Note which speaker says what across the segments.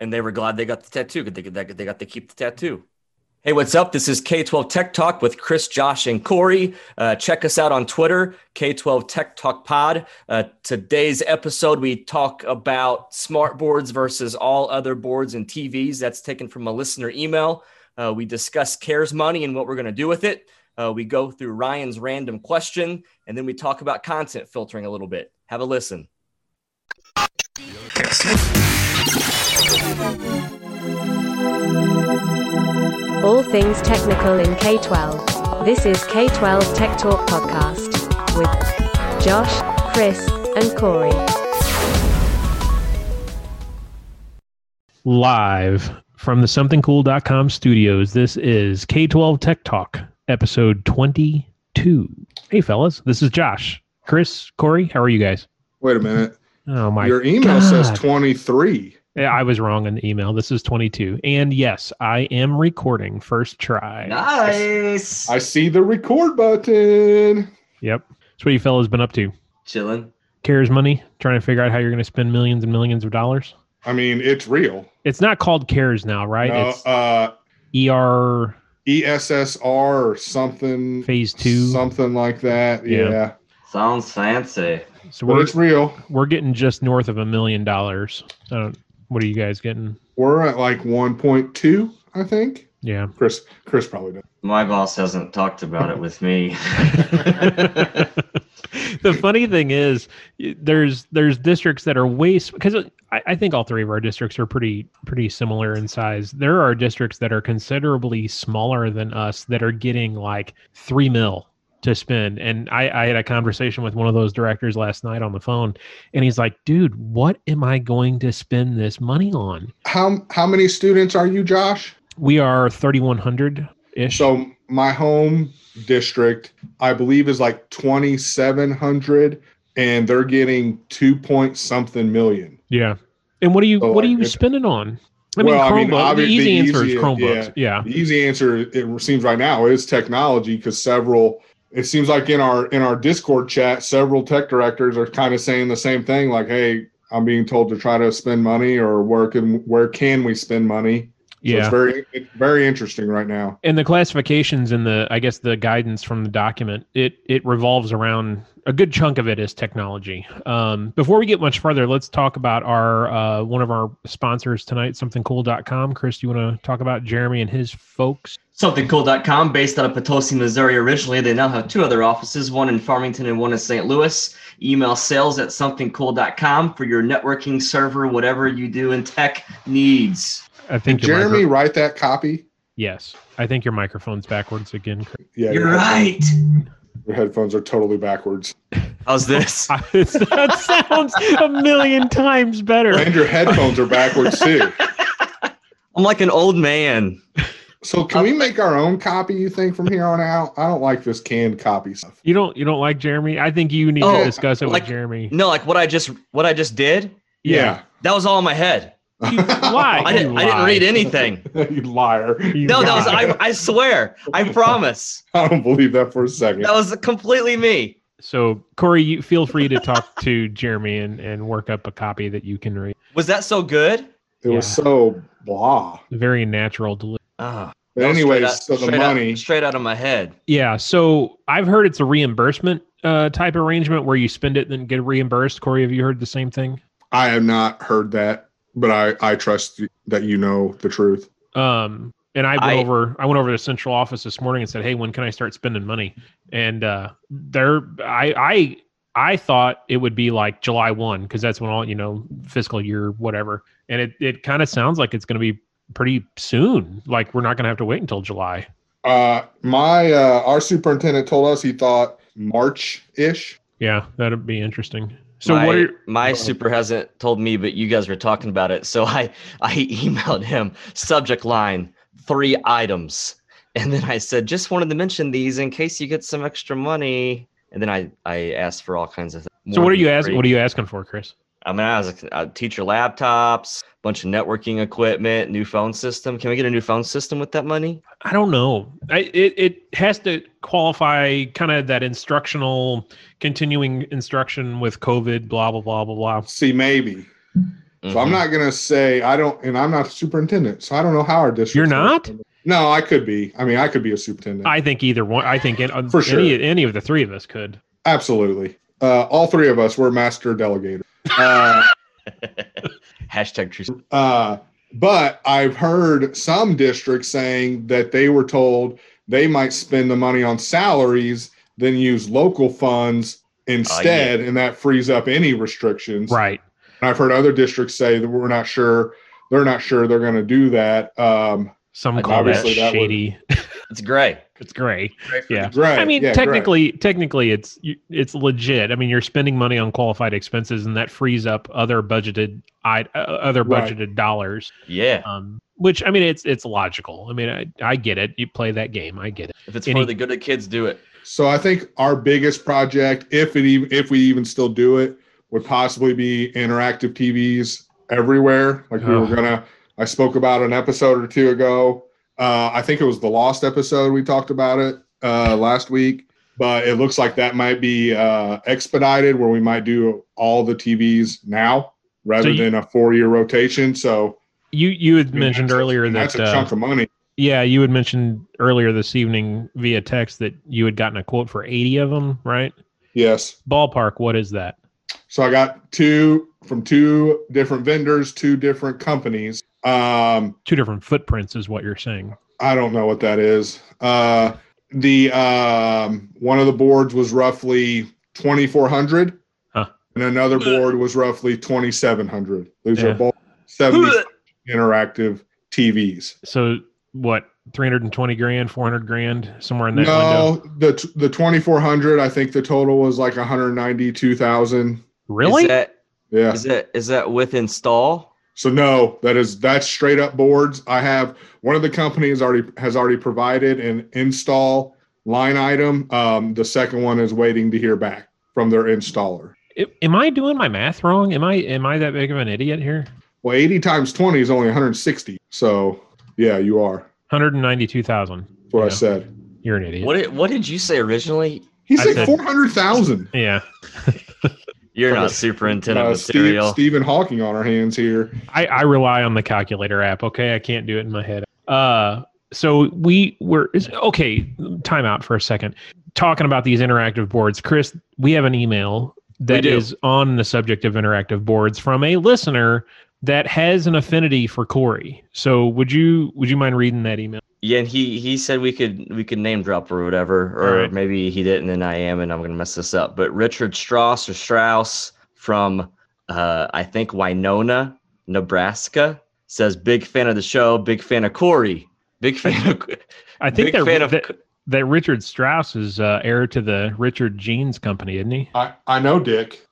Speaker 1: and they were glad they got the tattoo because they, they got to keep the tattoo. Hey, what's up? This is K12 Tech Talk with Chris, Josh, and Corey. Uh, check us out on Twitter, K12 Tech Talk Pod. Uh, today's episode, we talk about smart boards versus all other boards and TVs. That's taken from a listener email. Uh, we discuss CARES money and what we're going to do with it. Uh, we go through Ryan's random question, and then we talk about content filtering a little bit. Have a listen.
Speaker 2: All things technical in K 12. This is K 12 Tech Talk Podcast with Josh, Chris, and Corey.
Speaker 3: Live from the somethingcool.com studios, this is K 12 Tech Talk, episode 22. Hey, fellas, this is Josh, Chris, Corey. How are you guys?
Speaker 4: Wait a minute.
Speaker 3: Oh, my.
Speaker 4: Your email says
Speaker 3: God.
Speaker 4: 23.
Speaker 3: Yeah, I was wrong in the email. This is 22. And yes, I am recording first try.
Speaker 5: Nice.
Speaker 4: I see the record button.
Speaker 3: Yep. That's what you fellas been up to.
Speaker 5: Chilling.
Speaker 3: CARES money, trying to figure out how you're going to spend millions and millions of dollars.
Speaker 4: I mean, it's real.
Speaker 3: It's not called CARES now, right?
Speaker 4: No,
Speaker 3: it's
Speaker 4: uh, E
Speaker 3: ER
Speaker 4: ESSR or something.
Speaker 3: phase two.
Speaker 4: Something like that.
Speaker 3: Yeah.
Speaker 4: Yeah.
Speaker 5: Sounds fancy.
Speaker 3: so
Speaker 4: But
Speaker 3: we're,
Speaker 4: it's real.
Speaker 3: we're getting just north of a million dollars. I don't, what are you guys getting?
Speaker 4: We're at like 1.2, I think.
Speaker 3: Yeah.
Speaker 4: Chris, Chris probably does.
Speaker 5: My boss hasn't talked about it with me.
Speaker 3: the funny thing is y- there's there's districts that are way because I, I think all three of our districts are pretty pretty similar in size there are districts that are considerably smaller than us that are getting like three mil to spend and I, I had a conversation with one of those directors last night on the phone and he's like dude what am i going to spend this money on
Speaker 4: How how many students are you, Josh?
Speaker 3: we are 3100 ish
Speaker 4: So my home district, I believe, is like 2,700, and they're getting two point something million.
Speaker 3: yeah and what are you
Speaker 4: So,
Speaker 3: what are
Speaker 4: like,
Speaker 3: you
Speaker 4: it's-
Speaker 3: spending on I mean,
Speaker 4: Well, I mean,
Speaker 3: Chromebook. the
Speaker 4: obvi- the
Speaker 3: easy answer
Speaker 4: easy-
Speaker 3: is Chromebooks. yeah.
Speaker 4: The easy answer it seems right now is technology because several it seems like in our in our Discord chat, several tech directors are kind of saying the same thing, like, hey, I'm being told to try to spend money or where can where can we spend money? So
Speaker 3: Yeah.
Speaker 4: it's very it's very interesting right now.
Speaker 3: and the classifications and the I guess the guidance from the document it it revolves around a good chunk of it is technology. Um, before we get much further, let's talk about our uh, one of our sponsors tonight, somethingcool.com. Chris, do you want to talk about Jeremy and his folks?
Speaker 5: Somethingcool.com, based out of Potosi, Missouri originally. They now have two other offices, one in Farmington and one in St. Louis. Email sales at somethingcool.com for your networking server, whatever you do in tech needs.
Speaker 3: I think
Speaker 4: Did
Speaker 3: your
Speaker 4: Jeremy
Speaker 3: micro-
Speaker 4: write that copy?
Speaker 3: yes, I think your microphone's backwards again. Chris.
Speaker 4: Yeah,
Speaker 5: You're
Speaker 4: your,
Speaker 5: right.
Speaker 4: your headphones are totally backwards.
Speaker 1: How's this?
Speaker 3: that sounds a million times better.
Speaker 4: And your headphones are backwards too.
Speaker 1: I'm like an old man.
Speaker 4: So can we make our own copy, you think, from here on out? I don't like this canned copy stuff.
Speaker 3: You don't you don't like Jeremy? I think you need to
Speaker 1: Oh,
Speaker 3: discuss it
Speaker 1: like-
Speaker 3: with Jeremy.
Speaker 1: No, like what I just what I just did.
Speaker 3: Yeah.
Speaker 1: That was all in my head.
Speaker 3: You- why?
Speaker 1: I didn't. I didn't read anything.
Speaker 4: you liar.
Speaker 3: You
Speaker 1: No, that was.
Speaker 3: lied.
Speaker 1: I, I swear. I promise.
Speaker 4: I don't believe that for a second.
Speaker 1: That was completely me.
Speaker 3: So Corey, you feel free to talk to Jeremy and, and work up a copy that you can read.
Speaker 1: Was that so good?
Speaker 4: It was
Speaker 3: Yeah.
Speaker 4: so blah.
Speaker 3: Very natural delivery.
Speaker 1: Oh,
Speaker 4: But anyways, so the money.
Speaker 1: straight out of my head.
Speaker 3: Yeah. So I've heard it's a reimbursement uh, type arrangement where you spend it and then get reimbursed. Corey, have you heard the same thing?
Speaker 4: I have not heard that, but I I trust you- that you know the truth.
Speaker 3: Um, and I went
Speaker 1: I-
Speaker 3: over. I went over to the central office this morning and said, "Hey, when can I start spending money?" And uh, there, I, I, I thought it would be like July one because that's when all you know fiscal year whatever. And it it kind of sounds like it's going to be pretty soon. Like we're not going to have to wait until July.
Speaker 4: Uh, my uh, our superintendent told us he thought March ish.
Speaker 3: Yeah, that'd be interesting. So
Speaker 1: my,
Speaker 3: what are
Speaker 1: my
Speaker 4: go ahead.
Speaker 1: super hasn't told me, but you guys were talking about it, so I I emailed him subject line three items, and then I said just wanted to mention these in case you get some extra money, and then I I asked for all kinds of things.
Speaker 3: so what are you asking? What are you asking for, Chris?
Speaker 1: I mean, I was a uh, teacher laptops, bunch of networking equipment, new phone system. Can we get a new phone system with that money?
Speaker 3: I don't know. I, it it has to qualify kind of that instructional, continuing instruction with COVID, blah blah blah blah blah.
Speaker 4: See, maybe So
Speaker 3: Mm-hmm.
Speaker 4: I'm not gonna say I don't, and I'm not a superintendent, so I don't know how our district.
Speaker 3: You're not?
Speaker 4: No, I could be. I mean, I could be a superintendent.
Speaker 3: I think either one. I think any,
Speaker 4: For sure.
Speaker 3: any, any of the three of us could.
Speaker 4: Absolutely. Uh, all three of us were master delegators. Uh,
Speaker 1: Mm-hmm. Hashtag true.
Speaker 4: Uh, but I've heard some districts saying that they were told they might spend the money on salaries, then use local funds instead, and that frees up any restrictions.
Speaker 3: Right.
Speaker 4: And I've heard other districts say that we're not sure, they're not sure they're going to do that. Um,
Speaker 3: Some
Speaker 1: Like,
Speaker 3: call that
Speaker 4: obviously that would-
Speaker 3: shady.
Speaker 1: It's gray.
Speaker 3: It's gray. Yeah.
Speaker 4: right.
Speaker 3: I mean,
Speaker 4: yeah, right.
Speaker 3: technically, technically, it's you- it's legit. I mean, you're spending money on qualified expenses, and that frees up other budgeted i uh, other
Speaker 4: Right.
Speaker 3: budgeted dollars.
Speaker 1: Yeah.
Speaker 3: Um, which I mean, it's it's logical. I mean, I, I get it. You play that game. I get it.
Speaker 1: If it's
Speaker 3: Any-
Speaker 1: for the good of the kids, do it.
Speaker 4: So I think our biggest project, if it even if we even still do it, would possibly be interactive TVs everywhere. Like we
Speaker 3: Ugh.
Speaker 4: were gonna, I spoke about an episode or two ago. Uh, I think it was the lost episode we talked about it uh, last week. But it looks like that might be uh, expedited, where we might do all the TVs now rather
Speaker 3: you-
Speaker 4: than a four-year rotation. So
Speaker 3: You you had
Speaker 4: I mean,
Speaker 3: mentioned
Speaker 4: that's a-
Speaker 3: earlier that
Speaker 4: that's a
Speaker 3: uh,
Speaker 4: chunk of money.
Speaker 3: yeah, you had mentioned earlier this evening via text that you had gotten a quote for eighty of them, right?
Speaker 4: Yes.
Speaker 3: Ballpark. What is that?
Speaker 4: So I got two from two different vendors, two different companies. Um,
Speaker 3: Two different footprints is what you're saying.
Speaker 4: I don't know what that is. Uh, the um, one of the boards was roughly twenty four hundred,
Speaker 3: Huh.
Speaker 4: and another board was roughly twenty seven hundred. These
Speaker 3: Yeah.
Speaker 4: are both seventy interactive TVs.
Speaker 3: So what? Three hundred and twenty grand, four hundred grand, somewhere in that window.
Speaker 4: No, the t- the twenty four hundred. I think the total was like one hundred ninety two thousand.
Speaker 3: Really?
Speaker 1: Is that
Speaker 4: Yeah.
Speaker 1: is that is that with install?
Speaker 4: So no, that is that's straight up boards. I have one of the companies already has already provided an install line item. Um, the second one is waiting to hear back from their installer.
Speaker 3: I- am I doing my math wrong? Am I am I that big of an idiot here?
Speaker 4: Well, 80 times 20 is only 160. So yeah, you are.
Speaker 3: Hundred and ninety-two thousand.
Speaker 4: That's what I
Speaker 3: Yeah.
Speaker 4: said.
Speaker 3: You're an idiot.
Speaker 1: What did, what did you say originally?
Speaker 4: He
Speaker 3: I
Speaker 4: said,
Speaker 3: said-
Speaker 4: 400,000.
Speaker 3: Yeah,
Speaker 1: You're
Speaker 4: Okay.
Speaker 1: not superintendent
Speaker 4: Uh, Steve,
Speaker 1: material.
Speaker 4: Stephen Hawking on our hands here.
Speaker 3: I, I rely on the calculator app. Okay, I can't do it in my head. Uh, so we were is- okay. Time out for a second. Talking about these interactive boards, Chris. We have an email that
Speaker 1: do.
Speaker 3: is on the subject of interactive boards from a listener that has an affinity for Corey. So would you would you mind reading that email?
Speaker 1: Yeah, and he he said we could we could name drop or whatever, or
Speaker 3: Alright.
Speaker 1: maybe he didn't, and I am, and I'm gonna mess this up. But Richard Strauss or Strauss from uh, I think Winona, Nebraska, says big fan of the show, big fan of Corey, big fan of
Speaker 3: I think
Speaker 1: big
Speaker 3: that,
Speaker 1: fan of
Speaker 3: that that Richard Strauss is uh, heir to the Richard Jeans Company, isn't he?
Speaker 4: I, I know, Dick.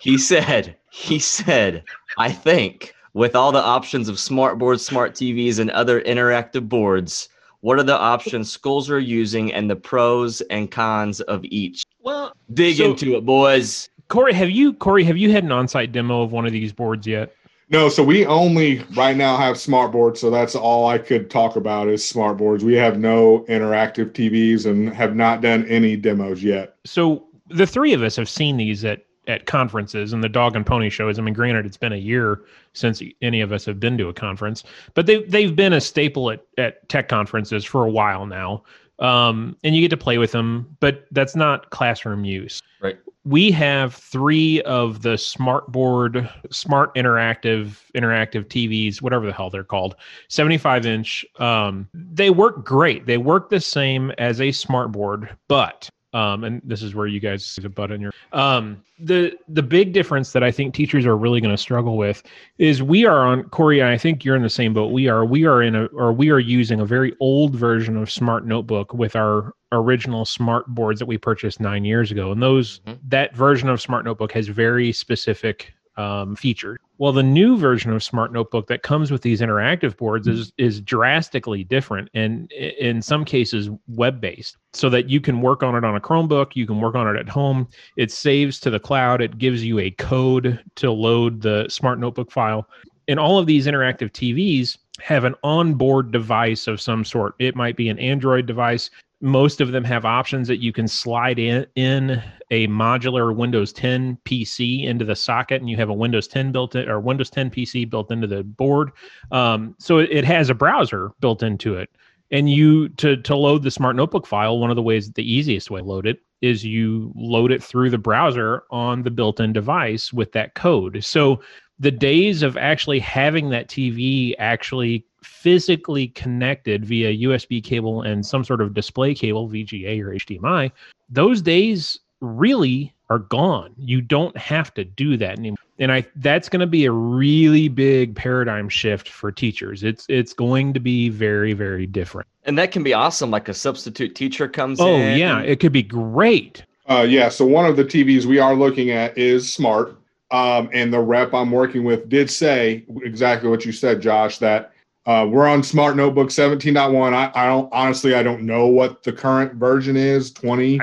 Speaker 1: He said, he said, I think with all the options of smart boards, smart TVs, and other interactive boards, what are the options schools are using and the pros and cons of each?
Speaker 3: Well,
Speaker 1: Dig
Speaker 3: So-
Speaker 1: into it, boys.
Speaker 3: Corey, have you Corey have you had an on-site demo of one of these boards yet?
Speaker 4: No, so we only right now have smart boards. So that's all I could talk about is smart boards. We have no interactive TVs and have not done any demos yet.
Speaker 3: So the three of us have seen these at at conferences and the dog and pony shows. I mean, granted, it's been a year since any of us have been to a conference, but they they've been a staple at at tech conferences for a while now. Um, and you get to play with them, but that's not classroom use.
Speaker 1: Right.
Speaker 3: We have three of the smart board, smart interactive, interactive TVs, whatever the hell they're called, 75 inch. Um, they work great. They work the same as a smart board, but um, and this is where you guys see the butt on your um the the big difference that I think teachers are really going to struggle with is we are on Corey. I think you're in the same boat. We are we are in a or we are using a very old version of Smart Notebook with our original smart boards that we purchased nine years ago, and those
Speaker 1: Mhm.
Speaker 3: that version of Smart Notebook has very specific um, features. Well, the new version of Smart Notebook that comes with these interactive boards is is drastically different, and i- in some cases web based, so that you can work on it on a Chromebook, you can work on it at home. It saves to the cloud. It gives you a code to load the smart notebook file. And all of these interactive TVs have an onboard device of some sort. It might be an Android device. most of them have options that you can slide in, in a modular Windows 10 PC into the socket, and you have a Windows 10 built in, or Windows 10 PC built into the board. Um, so it, it has a browser built into it, and you to to load the Smart Notebook file. One of the ways, the easiest way to load it is you load it through the browser on the built-in device with that code. So the days of actually having that TV actually physically connected via USB cable and some sort of display cable, VGA or HDMI, those days really are gone. You don't have to do that anymore. And I that's going to be a really big paradigm shift for teachers. It's it's going to be very very different.
Speaker 1: And that can be awesome. Like a substitute teacher comes
Speaker 3: Oh
Speaker 1: in.
Speaker 3: yeah, it could be great.
Speaker 4: Uh, yeah, so one of the TVs we are looking at is smart. Um, and the rep I'm working with did say exactly what you said, Josh, that uh, we're on smart notebook 17.1. I, I don't honestly, I don't know what the current version is 20,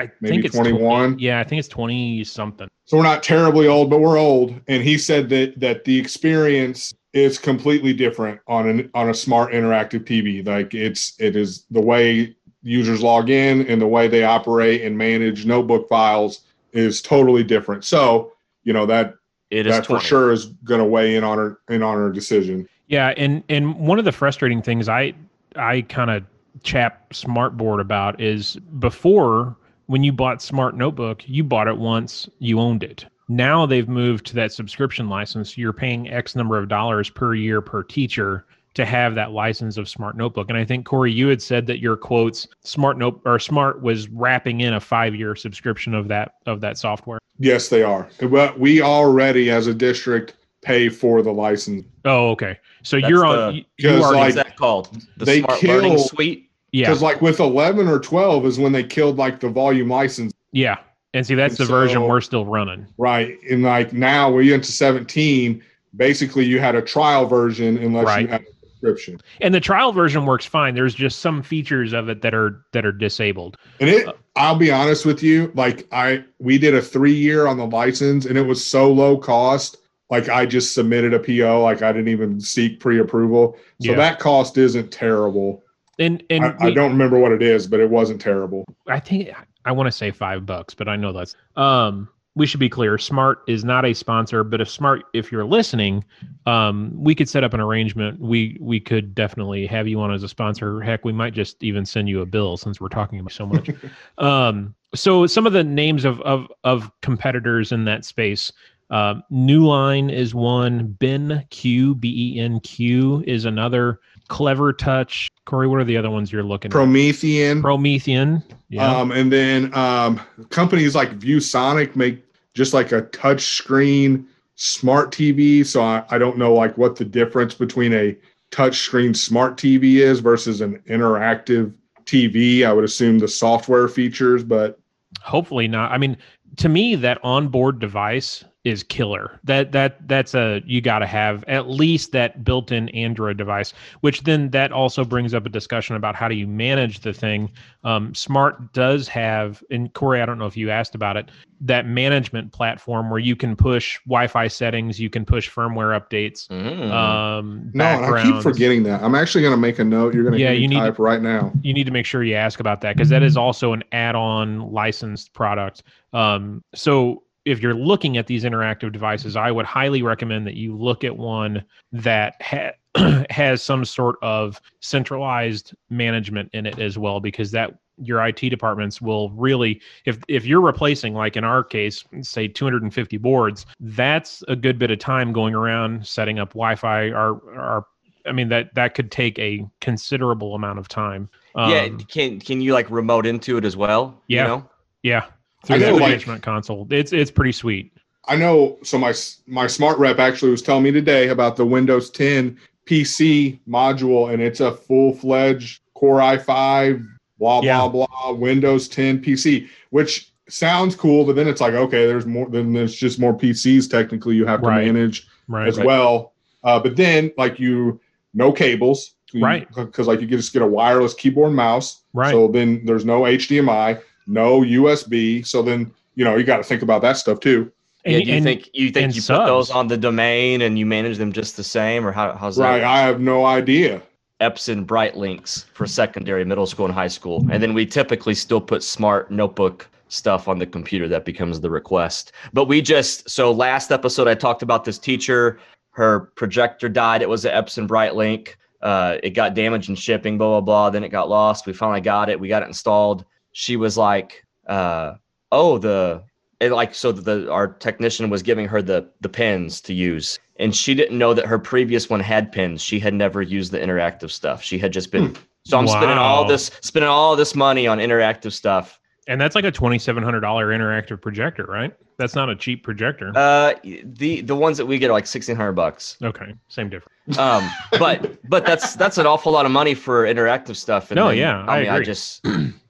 Speaker 3: I think
Speaker 4: maybe
Speaker 3: it's 20
Speaker 4: 21.
Speaker 3: yeah, I think it's 20 something.
Speaker 4: So we're not terribly old, but we're old. And he said that that the experience is completely different on an on a smart interactive TV. Like it's it is the way users log in and the way they operate and manage notebook files is totally different. So you know that
Speaker 1: It is
Speaker 4: that for
Speaker 1: 20.
Speaker 4: sure is going to weigh in on her in on her decision.
Speaker 3: Yeah, and and one of the frustrating things I I kind of chap smartboard about is before when you bought smart notebook, you bought it once, you owned it. Now they've moved to that subscription license. You're paying X number of dollars per year per teacher to have that license of smart notebook. And I think Corey, you had said that your quotes smart note or smart was wrapping in a five year subscription of that of that software.
Speaker 4: Yes, they are. But we already as a district pay for the license.
Speaker 3: Oh, okay. So
Speaker 1: That's
Speaker 3: you're on.
Speaker 1: the-
Speaker 3: you- you
Speaker 4: Because,
Speaker 3: are
Speaker 1: What's
Speaker 4: like-
Speaker 1: that called? The
Speaker 4: They
Speaker 1: smart learning
Speaker 4: kill-
Speaker 1: suite.
Speaker 3: yeah.
Speaker 4: Because like with 11 or 12 is when they killed like the volume license.
Speaker 3: Yeah. And see, that's
Speaker 4: And
Speaker 3: the version
Speaker 4: so-
Speaker 3: we're still running.
Speaker 4: Right. And like now we're into 17. Basically, you had a trial version unless
Speaker 3: Right.
Speaker 4: you had a subscription.
Speaker 3: And the trial version works fine. There's just some features of it that are that are disabled.
Speaker 4: And it, I'll be honest with you, like I, we did a three year on the license and it was so low cost. Like I just submitted a PO, like I didn't even seek pre approval. So
Speaker 3: Yeah.
Speaker 4: that cost isn't terrible.
Speaker 3: And and
Speaker 4: I, I
Speaker 3: we-
Speaker 4: don't remember what it is, but it wasn't terrible.
Speaker 3: I think I want to say five bucks, but I know that's um we should be clear. Smart is not a sponsor, but if Smart, if you're listening, um, we could set up an arrangement. We we could definitely have you on as a sponsor. Heck, we might just even send you a bill since we're talking about so much. um, so some of the names of of of competitors in that space. Um, New Line is one. Ben Q B E N Q is another. Clever Touch. Corey, what are the other ones you're looking at?
Speaker 4: Promethean.
Speaker 3: Promethean. Yeah.
Speaker 4: Um, and then um, companies like ViewSonic make just like a touch screen smart TV. So I, I don't know like what the difference between a touch screen smart TV is versus an interactive TV. I would assume the software features, but
Speaker 3: Hopefully not. I mean, to me, that onboard device is killer. That that that's a you got to have at least that built-in Android device. Which then that also brings up a discussion about how do you manage the thing. Um, Smart does have, and Corey, I don't know if you asked about it, that management platform where you can push Wi-Fi settings, you can push firmware updates.
Speaker 1: Mm.
Speaker 3: Um,
Speaker 4: no, and I keep
Speaker 3: backgrounds.
Speaker 4: forgetting that. I'm actually going to make a note. You're going to
Speaker 3: Yeah, you need-
Speaker 4: type right now.
Speaker 3: you need to make sure you ask about that because that is also an add-on licensed product. Um, so if you're looking at these interactive devices, I would highly recommend that you look at one that ha- has some sort of centralized management in it as well, because that your IT departments will really, if if you're replacing, like in our case, say 250 boards, that's a good bit of time going around setting up Wi-Fi. Our our, I mean that that could take a considerable amount of time.
Speaker 1: yeah.
Speaker 3: Um,
Speaker 1: Can can you like remote into it as well? you
Speaker 3: Yeah.
Speaker 1: know?
Speaker 3: yeah. Through
Speaker 4: know,
Speaker 3: the
Speaker 4: like-
Speaker 3: management console, it's it's pretty sweet.
Speaker 4: I know. So my my smart rep actually was telling me today about the Windows 10 PC module, and it's a full fledged Core i5, blah
Speaker 3: Yeah.
Speaker 4: blah blah, Windows 10 PC, which sounds cool. But then it's like, okay, there's more. Then there's just more PCs technically you have to
Speaker 3: Right.
Speaker 4: manage
Speaker 3: Right.
Speaker 4: as well. Uh, but then like you, no cables,
Speaker 3: Right.
Speaker 4: Because like you could just get a wireless keyboard and mouse.
Speaker 3: Right.
Speaker 4: So then there's no HDMI, no USB. So then you know you got to think about that stuff too.
Speaker 1: yeah. Do you think you think
Speaker 3: and
Speaker 1: you put those
Speaker 3: subs.
Speaker 1: on the domain and you manage them just the same, or how, how's that?
Speaker 4: Right. I have no idea.
Speaker 1: Epson Bright Links for secondary, middle school, and high school. And then we typically still put smart notebook stuff on the computer that becomes the request. But we just, so last episode, I talked about this teacher. Her projector died. It was an Epson Bright Link. Uh, it got damaged in shipping, blah, blah, blah. Then it got lost. We finally got it. We got it installed. She was like, uh, oh, the, and like, so the, our technician was giving her the, the pins to use and she didn't know that her previous one had pins. She had never used the interactive stuff. She had just been. So I'm spending all
Speaker 3: Wow.
Speaker 1: this spending all this money on interactive stuff.
Speaker 3: And that's like a twenty seven hundred dollar interactive projector, right? That's not a cheap projector.
Speaker 1: Uh, the the ones that we get are like sixteen hundred bucks.
Speaker 3: okay, same difference.
Speaker 1: Um, but but that's that's an awful lot of money for interactive stuff.
Speaker 3: No, yeah, I
Speaker 1: I
Speaker 3: agree.
Speaker 1: just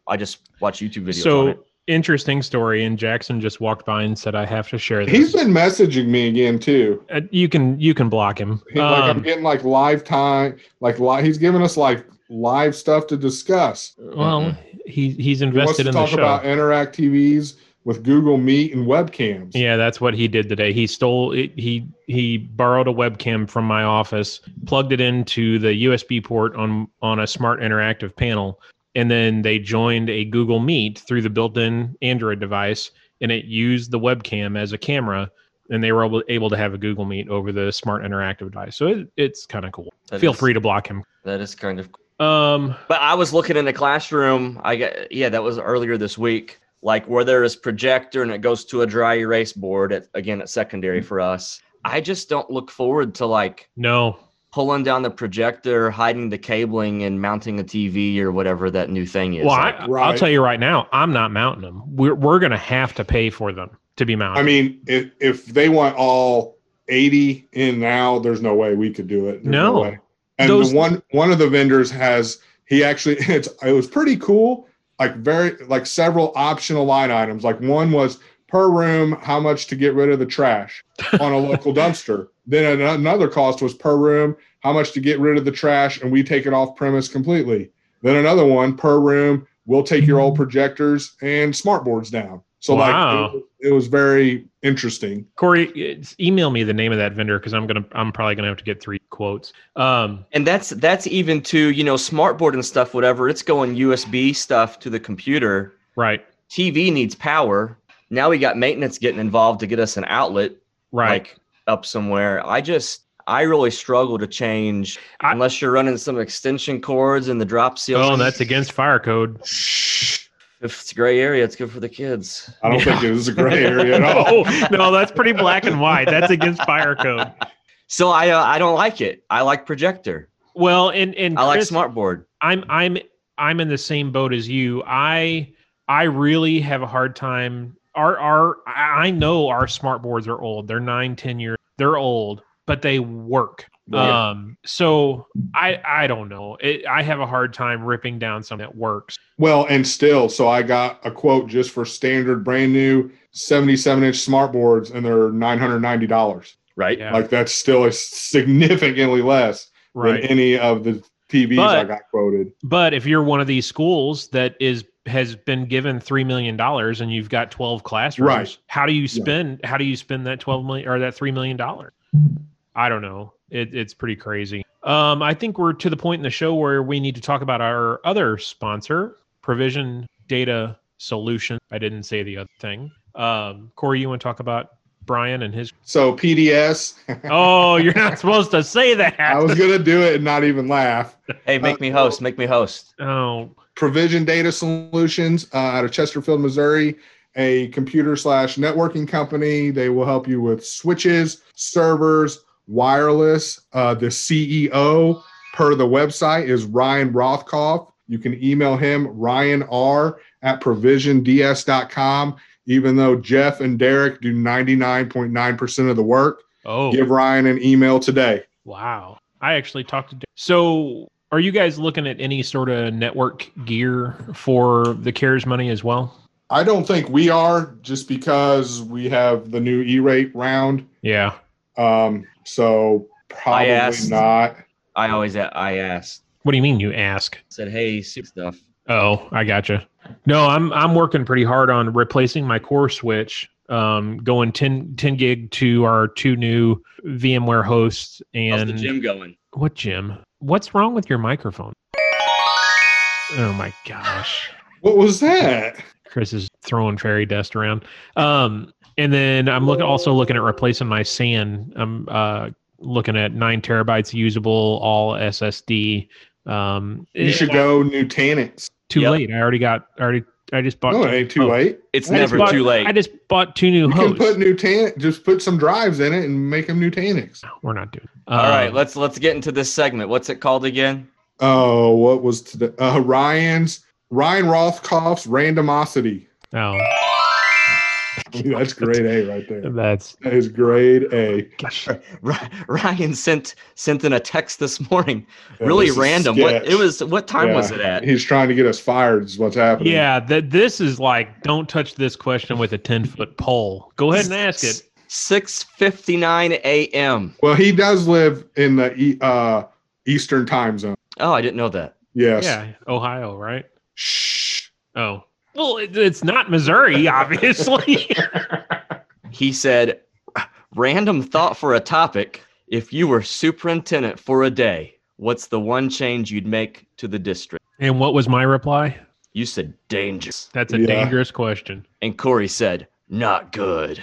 Speaker 1: I just watch YouTube videos. on it.
Speaker 3: So interesting story. And Jackson just walked by and said, "I have to share
Speaker 4: He's
Speaker 3: this."
Speaker 4: been messaging me again too.
Speaker 3: Uh, you can you can block him.
Speaker 4: He, like I'm
Speaker 3: Um,
Speaker 4: getting like live time, like li- he's giving us like live stuff to discuss.
Speaker 3: well, he he's
Speaker 4: He wants
Speaker 3: invested
Speaker 4: to
Speaker 3: in the
Speaker 4: talk
Speaker 3: show.
Speaker 4: about Interact TVs with Google Meet and webcams.
Speaker 3: Yeah, that's what he did today. He stole it. He he borrowed a webcam from my office, plugged it into the USB port on on a smart interactive panel, and then they joined a Google Meet through the built-in Android device, and it used the webcam as a camera, and they were able, able to have a Google Meet over the smart interactive device. So it, it's kind of cool.
Speaker 1: That
Speaker 3: Feel
Speaker 1: is-
Speaker 3: free to block him.
Speaker 1: That is kind of
Speaker 3: Um,
Speaker 1: But I was looking in the classroom. I got yeah, that was earlier this week. Like where there is projector and it goes to a dry erase board. At, again, at secondary for us. I just don't look forward to like
Speaker 3: no,
Speaker 1: pulling down the projector, hiding the cabling, and mounting a TV or whatever that new thing is.
Speaker 3: well,
Speaker 1: Like,
Speaker 3: I, I'll
Speaker 4: right.
Speaker 3: tell you right now, I'm not mounting them. We're we're gonna have to pay for them to be mounted.
Speaker 4: I mean, if if they want all 80 in now, there's no way we could do it. There's
Speaker 3: No.
Speaker 4: way. And
Speaker 3: Those-
Speaker 4: the one one of the vendors has he actually it's it was pretty cool. Like very like several optional line items. Like one was per room how much to get rid of the trash on a local dumpster. Then an- another cost was per room how much to get rid of the trash and we take it off premise completely. Then another one per room we'll take your
Speaker 3: Mm-hmm.
Speaker 4: old projectors and smart boards down. So
Speaker 3: Wow.
Speaker 4: like it- it was very interesting.
Speaker 3: Corey, it's, email me the name of that vendor because I'm gonna I'm probably gonna have to get three quotes. Um,
Speaker 1: and that's that's even to you know smart board and stuff, whatever. It's going USB stuff to the computer.
Speaker 3: right,
Speaker 1: TV needs power. Now we got maintenance getting involved to get us an outlet.
Speaker 3: right.
Speaker 1: like up somewhere. I just I really struggle to change
Speaker 3: I-
Speaker 1: unless you're running some extension cords and the drop seal.
Speaker 3: oh, and that's against fire code.
Speaker 1: if it's a gray area, it's good for the kids.
Speaker 4: I don't think it is a gray area at
Speaker 3: no,
Speaker 4: all.
Speaker 3: Oh, Uh, no, that's pretty black and white. That's against fire code.
Speaker 1: So I uh, I don't like it. I like projector.
Speaker 3: Well, and and
Speaker 1: I like
Speaker 3: Chris,
Speaker 1: smart board.
Speaker 3: I'm I'm I'm in the same boat as you. I I really have a hard time. Our our I I know our smart boards are old. They're nine, ten years. They're old, but they work.
Speaker 1: Yeah.
Speaker 3: Um, so I I don't know. It, I have a hard time ripping down something that works.
Speaker 4: Well, and still, so I got a quote just for standard brand new 77 inch smart boards and they're $990.
Speaker 1: Right.
Speaker 3: Yeah.
Speaker 4: Like that's still a significantly less
Speaker 3: Right.
Speaker 4: than any of the TVs I
Speaker 3: But-
Speaker 4: got quoted.
Speaker 3: But if you're one of these schools that is has been given three million dollars and you've got twelve classrooms,
Speaker 4: Right.
Speaker 3: how do you spend how do you spend that twelve million or that three million dollars? I don't know. It, it's pretty crazy. Um, I think we're to the point in the show where we need to talk about our other sponsor, Provision Data Solution. I didn't say the other thing. Um, Corey, you want to talk about Brian and his?
Speaker 4: So PDS,
Speaker 3: Oh, you're not supposed to say that.
Speaker 4: I was going to do it and not even laugh.
Speaker 1: Hey, make me host. Make me host.
Speaker 3: oh,
Speaker 4: Provision Data Solutions uh, out of Chesterfield, Missouri, a computer slash networking company. They will help you with switches, servers, wireless. Uh, the CEO, per the website, is Ryan Rothkopf. You can email him, Ryan R at provisionds.com. Even though Jeff and Derek do 99.9% of the work,
Speaker 3: oh.
Speaker 4: give Ryan an email today.
Speaker 3: Wow. I actually talked to. So, are you guys looking at any sort of network gear for the CARES money as well?
Speaker 4: I don't think we are just because we have the new E rate round.
Speaker 3: Yeah.
Speaker 4: Um, so
Speaker 1: I
Speaker 4: probably
Speaker 1: asked.
Speaker 4: not.
Speaker 1: I always a- I asked.
Speaker 3: What do you mean you ask?
Speaker 1: Said, hey, super stuff.
Speaker 3: Oh, I gotcha. No, I'm I'm working pretty hard on replacing my core switch, um, going 10, 10 gig to our two new VMware hosts
Speaker 1: How's the
Speaker 3: and
Speaker 1: gym going?
Speaker 3: what gym? What's wrong with your microphone? Oh my gosh.
Speaker 4: What was that?
Speaker 3: Chris is throwing fairy dust around. Um, and then I'm looking also looking at replacing my SAN. I'm uh, looking at nine terabytes usable, all SSD. Um,
Speaker 4: You should go Nutanix.
Speaker 3: Too
Speaker 1: Yep.
Speaker 3: late. I already got. I already. I just bought.
Speaker 4: No,
Speaker 3: two-
Speaker 4: it ain't too
Speaker 3: oh,
Speaker 4: late.
Speaker 1: It's
Speaker 4: I just
Speaker 1: never
Speaker 3: bought-
Speaker 1: too late.
Speaker 3: I just bought two new
Speaker 4: You can
Speaker 3: hosts.
Speaker 4: put Nutanix. Just put some drives in it and make them Nutanix.
Speaker 3: We're not doing.
Speaker 1: All right,
Speaker 3: Um,
Speaker 1: let's let's get into this segment. What's it called again?
Speaker 4: Oh, what was today? Uh, Ryan's Ryan Rothkopf's randomosity.
Speaker 3: Oh,
Speaker 4: That's grade A right there.
Speaker 3: that's
Speaker 4: That is grade A.
Speaker 3: gosh.
Speaker 1: Ry- Ryan sent sent in a text this morning.
Speaker 4: Yeah,
Speaker 1: really
Speaker 4: this is
Speaker 1: random. What
Speaker 4: sketch.
Speaker 1: it was? What time was
Speaker 4: Yeah.
Speaker 1: it at?
Speaker 4: He's trying to get us fired. Is what's happening.
Speaker 3: Yeah, that this is like don't touch this question with a ten foot pole. Go ahead and ask it.
Speaker 1: Six fifty nine a.m.
Speaker 4: Well, he does live in the e- uh, Eastern time zone.
Speaker 1: Oh, I didn't know that.
Speaker 4: Yes.
Speaker 3: Yeah, Ohio, right?
Speaker 4: Shh.
Speaker 3: Oh, well, it, it's not Missouri, obviously.
Speaker 1: He said, "Random thought for a topic. If you were superintendent for a day, what's the one change you'd make to the district?"
Speaker 3: and what was my reply?
Speaker 1: You said dangerous,
Speaker 3: That's a
Speaker 4: Yeah.
Speaker 3: dangerous question.
Speaker 1: and Corey said, "Not good."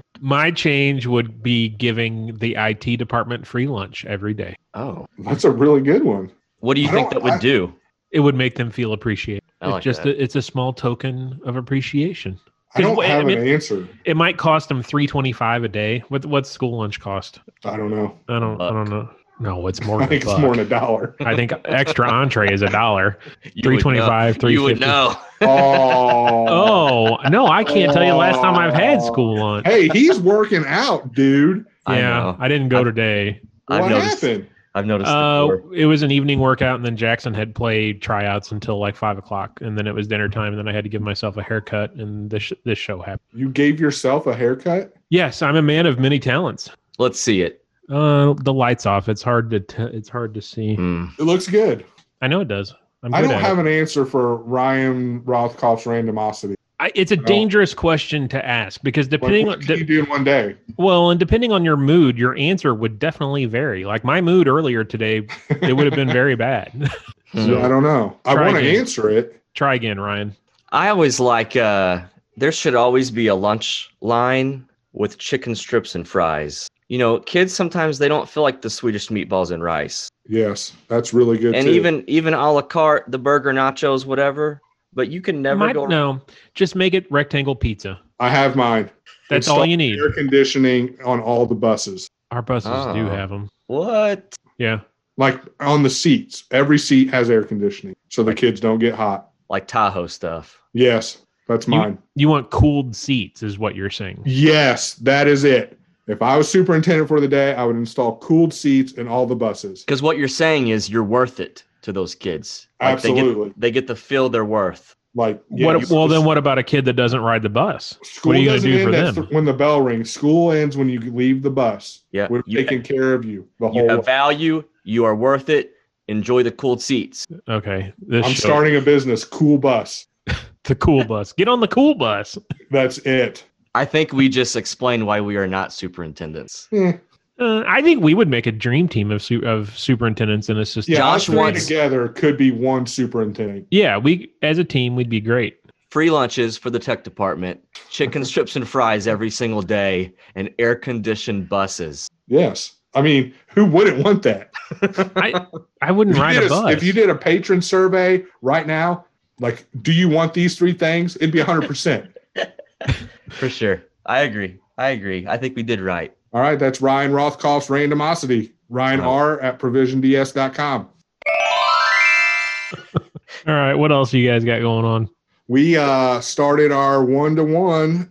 Speaker 3: My change would be giving the IT department free lunch every day.
Speaker 1: oh,
Speaker 4: That's a really good one.
Speaker 1: what do you
Speaker 4: I
Speaker 1: think
Speaker 4: don't-
Speaker 1: that would
Speaker 4: I-
Speaker 1: do?
Speaker 3: It would make them feel appreciated.
Speaker 1: I
Speaker 3: it's
Speaker 1: like
Speaker 3: just
Speaker 1: that.
Speaker 3: A, it's a small token of appreciation.
Speaker 4: I don't
Speaker 3: Wait, I
Speaker 4: have an
Speaker 3: mean-
Speaker 4: answer.
Speaker 3: It might cost them three twenty five a day. What what's school lunch cost?
Speaker 4: I don't know.
Speaker 3: I don't I
Speaker 1: Buck.
Speaker 3: don't know. No, it's more.
Speaker 4: I
Speaker 3: Than
Speaker 4: think
Speaker 3: a
Speaker 4: it's more
Speaker 3: buck.
Speaker 4: than a dollar.
Speaker 3: I think extra entree is a dollar.
Speaker 1: You
Speaker 3: Three
Speaker 1: would
Speaker 3: twenty
Speaker 1: know.
Speaker 3: five, three
Speaker 1: You would
Speaker 3: fifty.
Speaker 1: know.
Speaker 4: Oh.
Speaker 3: Oh no, I can't tell you the last time I've had school lunch.
Speaker 4: Hey, he's working out, dude.
Speaker 1: I
Speaker 3: Yeah,
Speaker 1: know.
Speaker 3: I, didn't go today.
Speaker 1: I've
Speaker 4: What
Speaker 1: noticed-
Speaker 4: happened?
Speaker 1: I've noticed.
Speaker 3: Uh,
Speaker 1: before.
Speaker 3: it was an evening workout, and then Jackson had played tryouts until like five o'clock, and then it was dinner time, and then I had to give myself a haircut, and this this show happened.
Speaker 4: You gave yourself a haircut?
Speaker 3: Yes, I'm a man of many talents.
Speaker 1: Let's see it.
Speaker 3: Uh, the lights off. It's hard to t- it's hard to see.
Speaker 1: Mm.
Speaker 4: It looks good.
Speaker 3: I know it does. I'm
Speaker 4: I
Speaker 3: good
Speaker 4: don't
Speaker 3: at
Speaker 4: have
Speaker 3: it.
Speaker 4: an answer for Ryan Rothkopf's randomosity.
Speaker 3: I, it's a
Speaker 4: don't-
Speaker 3: dangerous question to ask because
Speaker 4: Like,
Speaker 3: depending
Speaker 4: what
Speaker 3: on
Speaker 4: can
Speaker 3: de-
Speaker 4: you do in one day?
Speaker 3: well, and depending on your mood, your answer would definitely vary. Like my mood earlier today, it would have been very bad.
Speaker 4: So, I don't know. I
Speaker 3: Try
Speaker 4: want to
Speaker 3: again.
Speaker 4: answer it.
Speaker 3: Try again, Ryan.
Speaker 1: I always like. Uh, there should always be a lunch line with chicken strips and fries. You know, kids sometimes they don't feel like the Swedish meatballs and rice,
Speaker 4: Yes, that's really good.
Speaker 1: and
Speaker 4: too.
Speaker 1: even even a la carte, the burger, nachos, whatever. But you can never
Speaker 3: Might-
Speaker 1: go.
Speaker 3: no, just make it rectangle pizza.
Speaker 4: I have mine.
Speaker 3: That's
Speaker 4: Install
Speaker 3: all you need.
Speaker 4: Air conditioning on all the buses,
Speaker 3: Our buses do
Speaker 1: Oh.
Speaker 3: have them.
Speaker 1: What?
Speaker 3: Yeah.
Speaker 4: like on the seats. Every seat has air conditioning, so the kids don't get hot.
Speaker 1: Like Tahoe stuff.
Speaker 4: Yes, that's mine.
Speaker 3: You want cooled seats, is what you're saying.
Speaker 4: Yes, that is it. If I was superintendent for the day, I would install cooled seats in all the buses.
Speaker 1: Because what you're saying is you're worth it to those kids. Like They
Speaker 4: Absolutely.
Speaker 1: get, they get to feel their worth.
Speaker 4: Like,
Speaker 3: what, well, then what about a kid that doesn't ride the bus?
Speaker 4: School
Speaker 3: what are you gonna
Speaker 4: doesn't
Speaker 3: do for
Speaker 4: end at
Speaker 3: them?
Speaker 4: th- when the bell rings. School ends when you leave the bus.
Speaker 1: Yeah.
Speaker 4: We're
Speaker 1: You,
Speaker 4: taking care of you the
Speaker 1: you
Speaker 4: whole.
Speaker 1: have
Speaker 4: way.
Speaker 1: value. You are worth it. Enjoy the cooled seats.
Speaker 3: Okay. This
Speaker 4: I'm
Speaker 3: show-
Speaker 4: starting a business. Cool bus.
Speaker 3: the cool bus. Get on the cool bus.
Speaker 4: That's it.
Speaker 1: I think we just explained why we are not superintendents.
Speaker 4: Eh,
Speaker 3: Uh, I think we would make a dream team of su- of superintendents and assistants.
Speaker 4: Yeah,
Speaker 1: Josh
Speaker 4: Josh three
Speaker 1: wants-
Speaker 4: together could be one superintendent.
Speaker 3: Yeah, we as a team we'd be great.
Speaker 1: Free lunches for the tech department, chicken strips and fries every single day, and air conditioned buses.
Speaker 4: Yes. I mean, who wouldn't want that?
Speaker 3: I wouldn't
Speaker 4: If you,
Speaker 3: ride
Speaker 4: did
Speaker 3: a
Speaker 4: a,
Speaker 3: bus.
Speaker 4: if you did a patron survey right now, like, do you want these three things? It'd be 100%.
Speaker 1: For sure. I agree. I agree. I think we did right.
Speaker 4: All right, that's Ryan Rothkopf's randomosity. Ryan
Speaker 1: Oh.
Speaker 4: R at provisionds.com.
Speaker 3: All right, what else you guys got going on?
Speaker 4: We uh, started our one to one.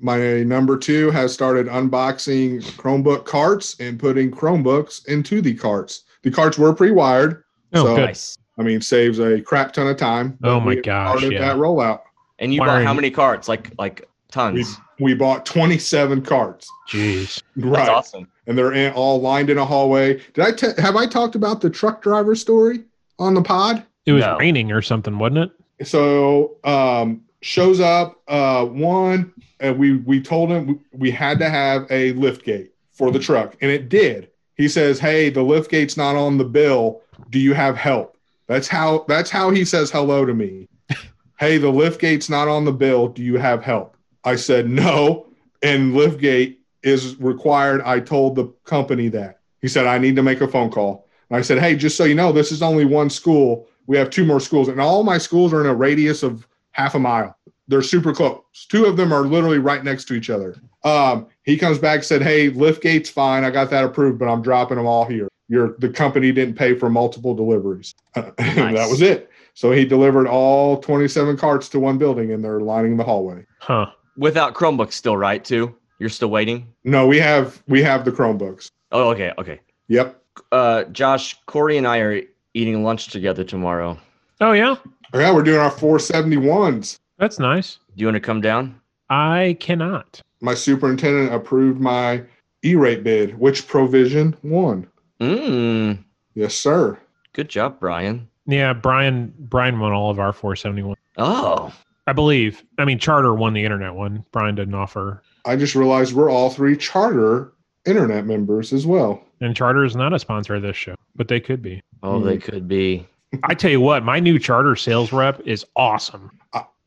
Speaker 4: My number two has started unboxing Chromebook carts and putting Chromebooks into the carts. The carts were pre wired.
Speaker 3: Oh,
Speaker 4: so,
Speaker 3: good.
Speaker 1: Nice.
Speaker 4: I mean, saves a crap ton of time.
Speaker 3: Oh
Speaker 4: but
Speaker 3: my
Speaker 4: we
Speaker 3: gosh,
Speaker 4: Started
Speaker 3: yeah.
Speaker 4: that rollout.
Speaker 1: And you bought
Speaker 3: Wiring.
Speaker 1: how many carts? Like like
Speaker 4: We,
Speaker 1: tons.
Speaker 4: we bought 27 carts.
Speaker 3: Jeez.
Speaker 1: That's
Speaker 4: Right.
Speaker 1: awesome.
Speaker 4: And they're in, all lined in a hallway. Did I te- have I talked about the truck driver story on the pod?
Speaker 3: It was
Speaker 1: No.
Speaker 3: raining or something, wasn't it?
Speaker 4: so um shows up uh one and we we told him we, we had to have a lift gate for the truck. And it did. He says, Hey, the lift gate's not on the bill. Do you have help? That's how that's how he says hello to me. hey, the lift gate's not on the bill. Do you have help? I said, No. And lift gate is required. I told the company that. He said, I need to make a phone call. And I said, Hey, just so you know, this is only one school. We have two more schools, and all my schools are in a radius of half a mile. They're super close. Two of them are literally right next to each other. Um, he comes back said, "Hey, Liftgate's fine. I got that approved, but I'm dropping them all here. Your the company didn't pay for multiple deliveries. that was it. So he delivered all 27 carts to one building, and they're lining the hallway.
Speaker 3: Huh.
Speaker 1: Without Chromebooks, still right? Too? You're still waiting?
Speaker 4: No, we have we have the Chromebooks.
Speaker 1: Oh, okay, okay.
Speaker 4: Yep.
Speaker 1: Uh, Josh, Corey, and I are eating lunch together tomorrow.
Speaker 3: Oh yeah,
Speaker 4: Yeah, we're doing our 471s.
Speaker 3: that's nice.
Speaker 1: Do you want to come down?
Speaker 3: I cannot.
Speaker 4: My superintendent approved my E-rate bid, which provision won.
Speaker 1: Mm,
Speaker 4: Yes, sir.
Speaker 1: good job, Brian.
Speaker 3: Yeah, Brian. Brian won all of our 471.
Speaker 1: Oh,
Speaker 3: I believe. I mean, Charter won the internet one. Brian didn't offer,
Speaker 4: I just realized we're all three charter internet members as well.
Speaker 3: and Charter is not a sponsor of this show, but they could be.
Speaker 1: oh, they could be.
Speaker 3: I tell you what, my new Charter sales rep is awesome.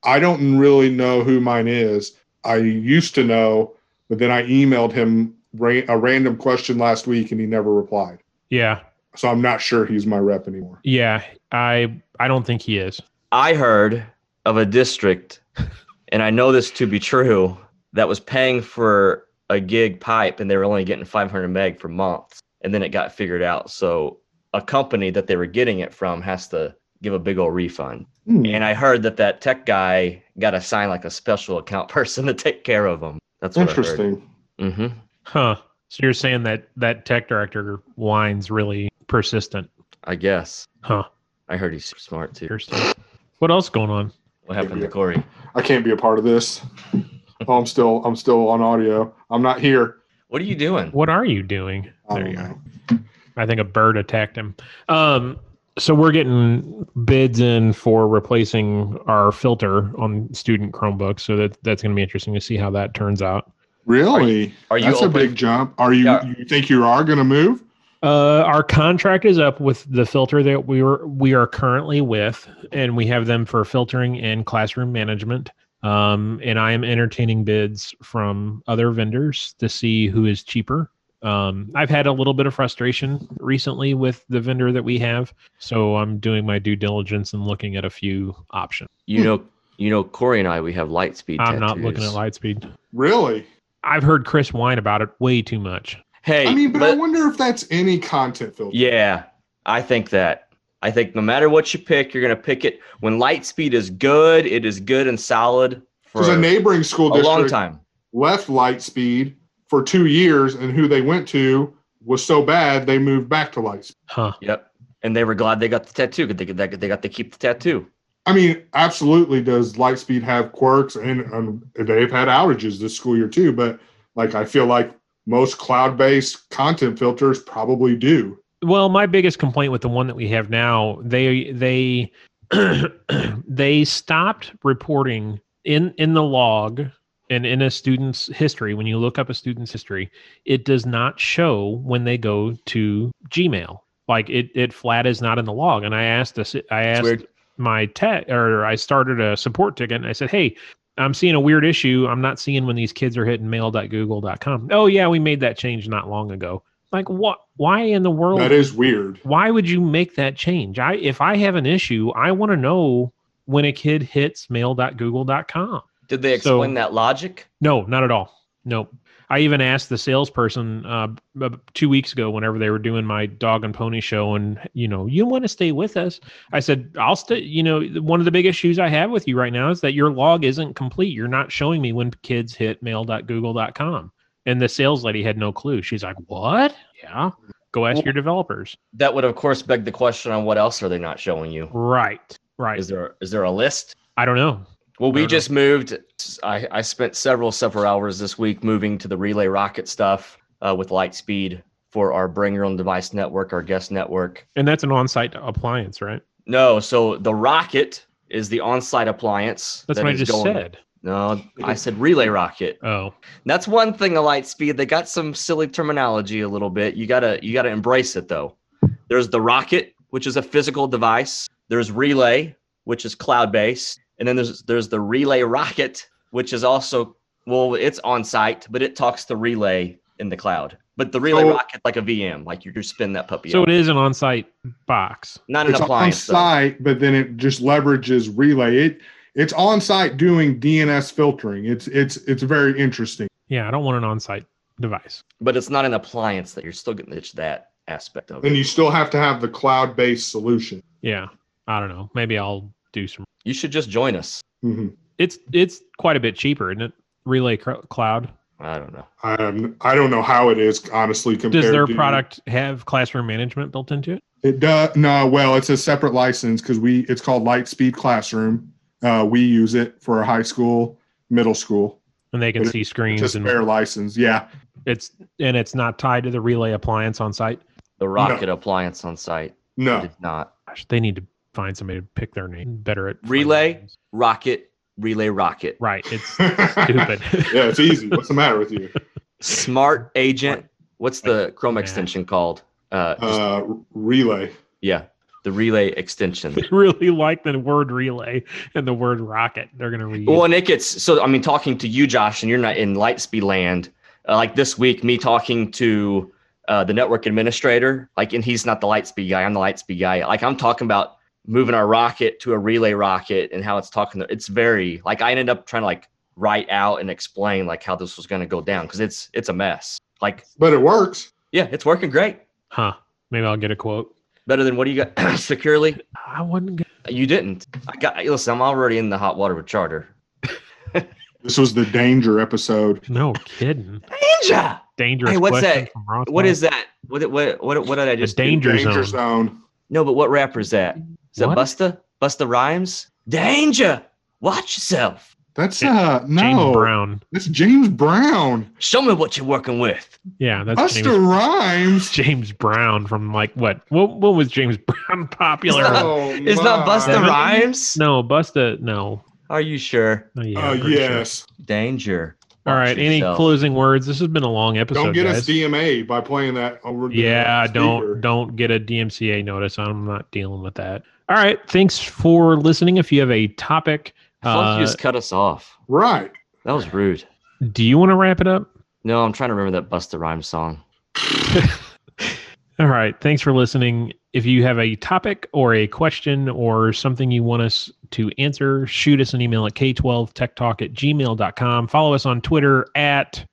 Speaker 4: I don't really know who mine is. I used to know, but then I emailed him ra- a random question last week and he never replied.
Speaker 3: Yeah,
Speaker 4: So I'm not sure he's my rep anymore.
Speaker 3: yeah. I I don't think he is.
Speaker 1: I heard of a district, and I know this to be true, that was paying for a gig pipe, and they were only getting 500 meg for months, and then it got figured out. So a company that they were getting it from has to give a big old refund.
Speaker 4: Hmm.
Speaker 1: And I heard that that tech guy got assigned like a special account person to take care of them. That's what
Speaker 4: Interesting.
Speaker 1: I heard. Mm-hmm.
Speaker 3: Huh. So you're saying that that tech director wine's really persistent?
Speaker 1: I guess.
Speaker 3: Huh.
Speaker 1: I heard he's super smart too.
Speaker 3: Interesting. What else going on?
Speaker 1: What happened to Corey?
Speaker 4: I can't be a part of this. oh, I'm still I'm still on audio. I'm not here.
Speaker 1: What are you doing?
Speaker 3: What are you doing?
Speaker 4: I
Speaker 3: There
Speaker 4: don't
Speaker 3: you go.
Speaker 4: know.
Speaker 3: I think a bird attacked him. Um, so we're getting bids in for replacing our filter on student Chromebooks. So that that's going to be interesting to see how that turns out.
Speaker 4: Really?
Speaker 1: Are you
Speaker 4: That's
Speaker 1: open?
Speaker 4: a big jump. Are you
Speaker 1: Yeah.
Speaker 4: you think you are going to move?
Speaker 3: Uh, our contract is up with the filter that we were we are currently with, and we have them for filtering and classroom management. Um, and I am entertaining bids from other vendors to see who is cheaper. Um, I've had a little bit of frustration recently with the vendor that we have, so I'm doing my due diligence and looking at a few options.
Speaker 4: Hmm.
Speaker 1: you know, you know, Corey and I, we have light speed.
Speaker 3: I'm not
Speaker 1: tattoos.
Speaker 3: looking at Lightspeed.
Speaker 4: Really?
Speaker 3: I've heard Chris whine about it way too much.
Speaker 1: Hey,
Speaker 4: I mean, but I
Speaker 1: let-
Speaker 4: wonder if that's any content filter.
Speaker 1: yeah, I think that. I think no matter what you pick, you're gonna pick it. When light speed is good, it is good and solid for
Speaker 4: Because a neighboring school
Speaker 1: a
Speaker 4: district
Speaker 1: long time.
Speaker 4: left Lightspeed for two years, and who they went to was so bad they moved back to Lightspeed.
Speaker 3: Huh?
Speaker 1: Yep. And they were glad they got the tattoo because they, could- they, could- they got to keep the tattoo.
Speaker 4: I mean, absolutely, does Lightspeed have quirks, and, and they've had outages this school year too. But like, I feel like most cloud-based content filters probably do.
Speaker 3: Well, my biggest complaint with the one that we have now, they they they stopped reporting in in the log and in a student's history. When you look up a student's history, it does not show when they go to Gmail. Like it it flat is not in the log. And I asked this I
Speaker 1: It's
Speaker 3: asked
Speaker 1: weird.
Speaker 3: my tech or I started a support ticket and I said, Hey, I'm seeing a weird issue. I'm not seeing when these kids are hitting mail.google.com. Oh yeah, we made that change not long ago. Like what why in the world
Speaker 4: That is weird.
Speaker 3: why would you make that change? I if I have an issue, I want to know when a kid hits mail.google.com.
Speaker 1: Did they
Speaker 3: So-
Speaker 1: explain that logic?
Speaker 3: No, not at all. Nope. I even asked the salesperson uh, b- two weeks ago, whenever they were doing my dog and pony show, and you know, you want to stay with us. I said, I'll stay. You know, one of the big issues I have with you right now is that your log isn't complete. You're not showing me when kids hit mail.google.com. And the sales lady had no clue. She's like, What? Yeah. Go ask your developers.
Speaker 1: That would, of course, beg the question on what else are they not showing you?
Speaker 3: Right. Right.
Speaker 1: Is there is there a list?
Speaker 3: I don't know.
Speaker 1: Well,
Speaker 3: I
Speaker 1: we
Speaker 3: don't know.
Speaker 1: just moved. I, I spent several, several hours this week moving to the Relay Rocket stuff uh, with Lightspeed for our bring your own device network, our guest network.
Speaker 3: And that's an on-site appliance, right?
Speaker 1: No, so the Rocket is the on site appliance.
Speaker 3: That's
Speaker 1: that
Speaker 3: what I
Speaker 1: is
Speaker 3: just
Speaker 1: going-
Speaker 3: said.
Speaker 1: No, I said relay rocket.
Speaker 3: Oh,
Speaker 1: That's one thing of Lightspeed. They got some silly terminology a little bit. You gotta you gotta embrace it though. There's the rocket, which is a physical device. There's relay, which is cloud based, and then there's there's the relay rocket, which is also well, it's on site, but it talks to relay in the cloud. But the relay
Speaker 4: So-
Speaker 1: rocket, like a VM, like you just spin that puppy.
Speaker 3: so
Speaker 1: out.
Speaker 3: it is an on-site box.
Speaker 1: not an
Speaker 4: It's on
Speaker 1: appliance. though.
Speaker 4: site, but then it just leverages relay. It it's on site doing DNS filtering. It's it's it's very interesting.
Speaker 3: Yeah, I don't want an on-site device.
Speaker 1: but it's not an appliance that you're still getting it's that aspect of it.
Speaker 4: And you still have to have the cloud based solution.
Speaker 3: Yeah, I don't know. Maybe I'll do some.
Speaker 1: you should just join us.
Speaker 4: Mhm.
Speaker 3: It's it's quite a bit cheaper, isn't it? Relay cr- Cloud.
Speaker 1: I don't know.
Speaker 4: I um, I don't know how it is honestly compared.
Speaker 3: Does their
Speaker 4: to-
Speaker 3: product have classroom management built into it?
Speaker 4: It does. No, well, it's a separate license because we it's called Lightspeed Classroom. Uh, we use it for high school, middle school.
Speaker 3: And they can
Speaker 4: It-
Speaker 3: see
Speaker 4: It's
Speaker 3: screens
Speaker 4: a
Speaker 3: and
Speaker 4: spare license. Yeah,
Speaker 3: it's and it's not tied to the relay appliance on site.
Speaker 1: The rocket appliance on site.
Speaker 4: no,
Speaker 1: It is not.
Speaker 3: Gosh, they need to find somebody to pick their name better at
Speaker 1: Relay?
Speaker 3: names.
Speaker 1: rocket relay rocket
Speaker 3: Right. It's
Speaker 4: yeah,
Speaker 3: stupid.
Speaker 4: it's easy. What's the matter with you?
Speaker 1: smart agent what's the chrome
Speaker 3: Yeah.
Speaker 1: extension called uh, just-
Speaker 4: Uh, relay.
Speaker 1: yeah the relay extension
Speaker 3: they really like the word relay and the word rocket. They're gonna read.
Speaker 1: well and it gets so i mean talking to you josh and you're not in lightspeed land uh, like this week me talking to uh, the network administrator like and he's not the lightspeed guy i'm the lightspeed guy like i'm talking about moving our rocket to a relay rocket and how it's talking to, it's very like i ended up trying to like write out and explain like how this was going to go down because it's it's a mess like
Speaker 4: But it works.
Speaker 1: yeah it's working great
Speaker 3: Huh. Maybe I'll get a quote.
Speaker 1: better than what do you got securely
Speaker 3: I wouldn't. Get,
Speaker 1: you didn't i got listen i'm already in the hot water with charter
Speaker 4: This was the danger episode.
Speaker 3: no kidding.
Speaker 1: ninja
Speaker 3: Dangerous.
Speaker 1: Hey, what's
Speaker 3: question
Speaker 1: that?
Speaker 3: From Ross
Speaker 1: what
Speaker 3: Mike.
Speaker 1: is that what what what, what did i
Speaker 3: The
Speaker 1: just do?
Speaker 3: danger,
Speaker 4: Danger
Speaker 3: zone?
Speaker 4: zone.
Speaker 1: no but what rapper is that is that
Speaker 3: What?
Speaker 1: busta busta rhymes danger watch yourself
Speaker 4: That's
Speaker 3: Ja-
Speaker 4: uh
Speaker 3: James
Speaker 4: no.
Speaker 3: Brown.
Speaker 4: That's James Brown.
Speaker 1: show me what you're working with
Speaker 3: Yeah, that's
Speaker 4: Buster
Speaker 3: James,
Speaker 4: Rhymes.
Speaker 3: James Brown from like what? What when was James Brown popular?
Speaker 1: not- it's not
Speaker 4: Oh, my.
Speaker 1: busta
Speaker 3: Seven?
Speaker 1: rhymes
Speaker 3: no, Busta. No.
Speaker 1: are you sure
Speaker 3: Oh, yeah,
Speaker 4: Oh
Speaker 3: I'm pretty sure.
Speaker 4: yes.
Speaker 1: danger
Speaker 3: All right.
Speaker 1: Watch
Speaker 3: Any
Speaker 1: yourself.
Speaker 3: closing words? This has been a long episode.
Speaker 4: Don't get
Speaker 3: guys.
Speaker 4: us DMA by playing that over. the
Speaker 3: yeah
Speaker 4: speaker.
Speaker 3: don't don't get a dmca notice i'm not dealing with that all right thanks for listening if you have a topic
Speaker 1: Funk
Speaker 3: uh,
Speaker 1: just cut us off
Speaker 4: Right.
Speaker 1: that was rude
Speaker 3: do you want to wrap it up
Speaker 1: no i'm trying to remember that busta rhymes song
Speaker 3: all right thanks for listening if you have a topic or a question or something you want us to answer shoot us an email at k12techtalk at gmail.com follow us on twitter at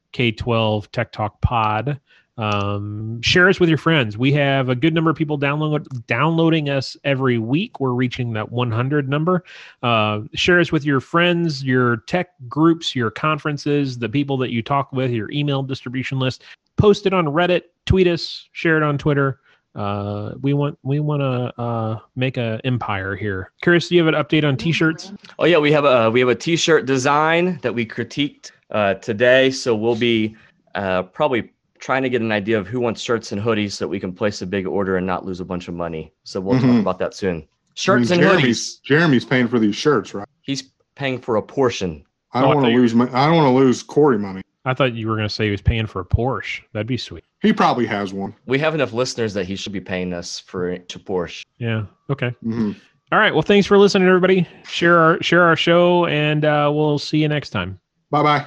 Speaker 3: k12techtalkpod um, share us with your friends. We have a good number of people download, downloading us every week. We're reaching that 100 number. Uh, share us with your friends, your tech groups, your conferences, the people that you talk with, your email distribution list. Post it on Reddit, tweet us, share it on Twitter. Uh, we want we want to uh, make a empire here. Curious, do you have an update on t-shirts?
Speaker 1: Oh yeah, we have a we have a t-shirt design that we critiqued uh, today, so we'll be uh, probably trying to get an idea of who wants shirts and hoodies so that we can place a big order and not lose a bunch of money. So we'll talk
Speaker 4: Mhm.
Speaker 1: about that soon. Shirts
Speaker 4: I mean,
Speaker 1: and
Speaker 4: Jeremy's,
Speaker 1: hoodies.
Speaker 4: Jeremy's paying for these shirts, right?
Speaker 1: He's paying for a portion.
Speaker 3: Oh,
Speaker 4: I
Speaker 3: I
Speaker 4: don't want
Speaker 3: thought
Speaker 4: to
Speaker 3: you-
Speaker 4: lose. My, I don't want to lose Corey money.
Speaker 3: I thought you were going to say he was paying for a Porsche. That'd be sweet.
Speaker 4: He probably has one.
Speaker 1: We have enough listeners that he should be paying us for to Porsche.
Speaker 3: Yeah. Okay.
Speaker 4: hmm
Speaker 3: All right. Well, thanks for listening, everybody. Share our share our show, and uh, we'll see you next time.
Speaker 4: Bye bye.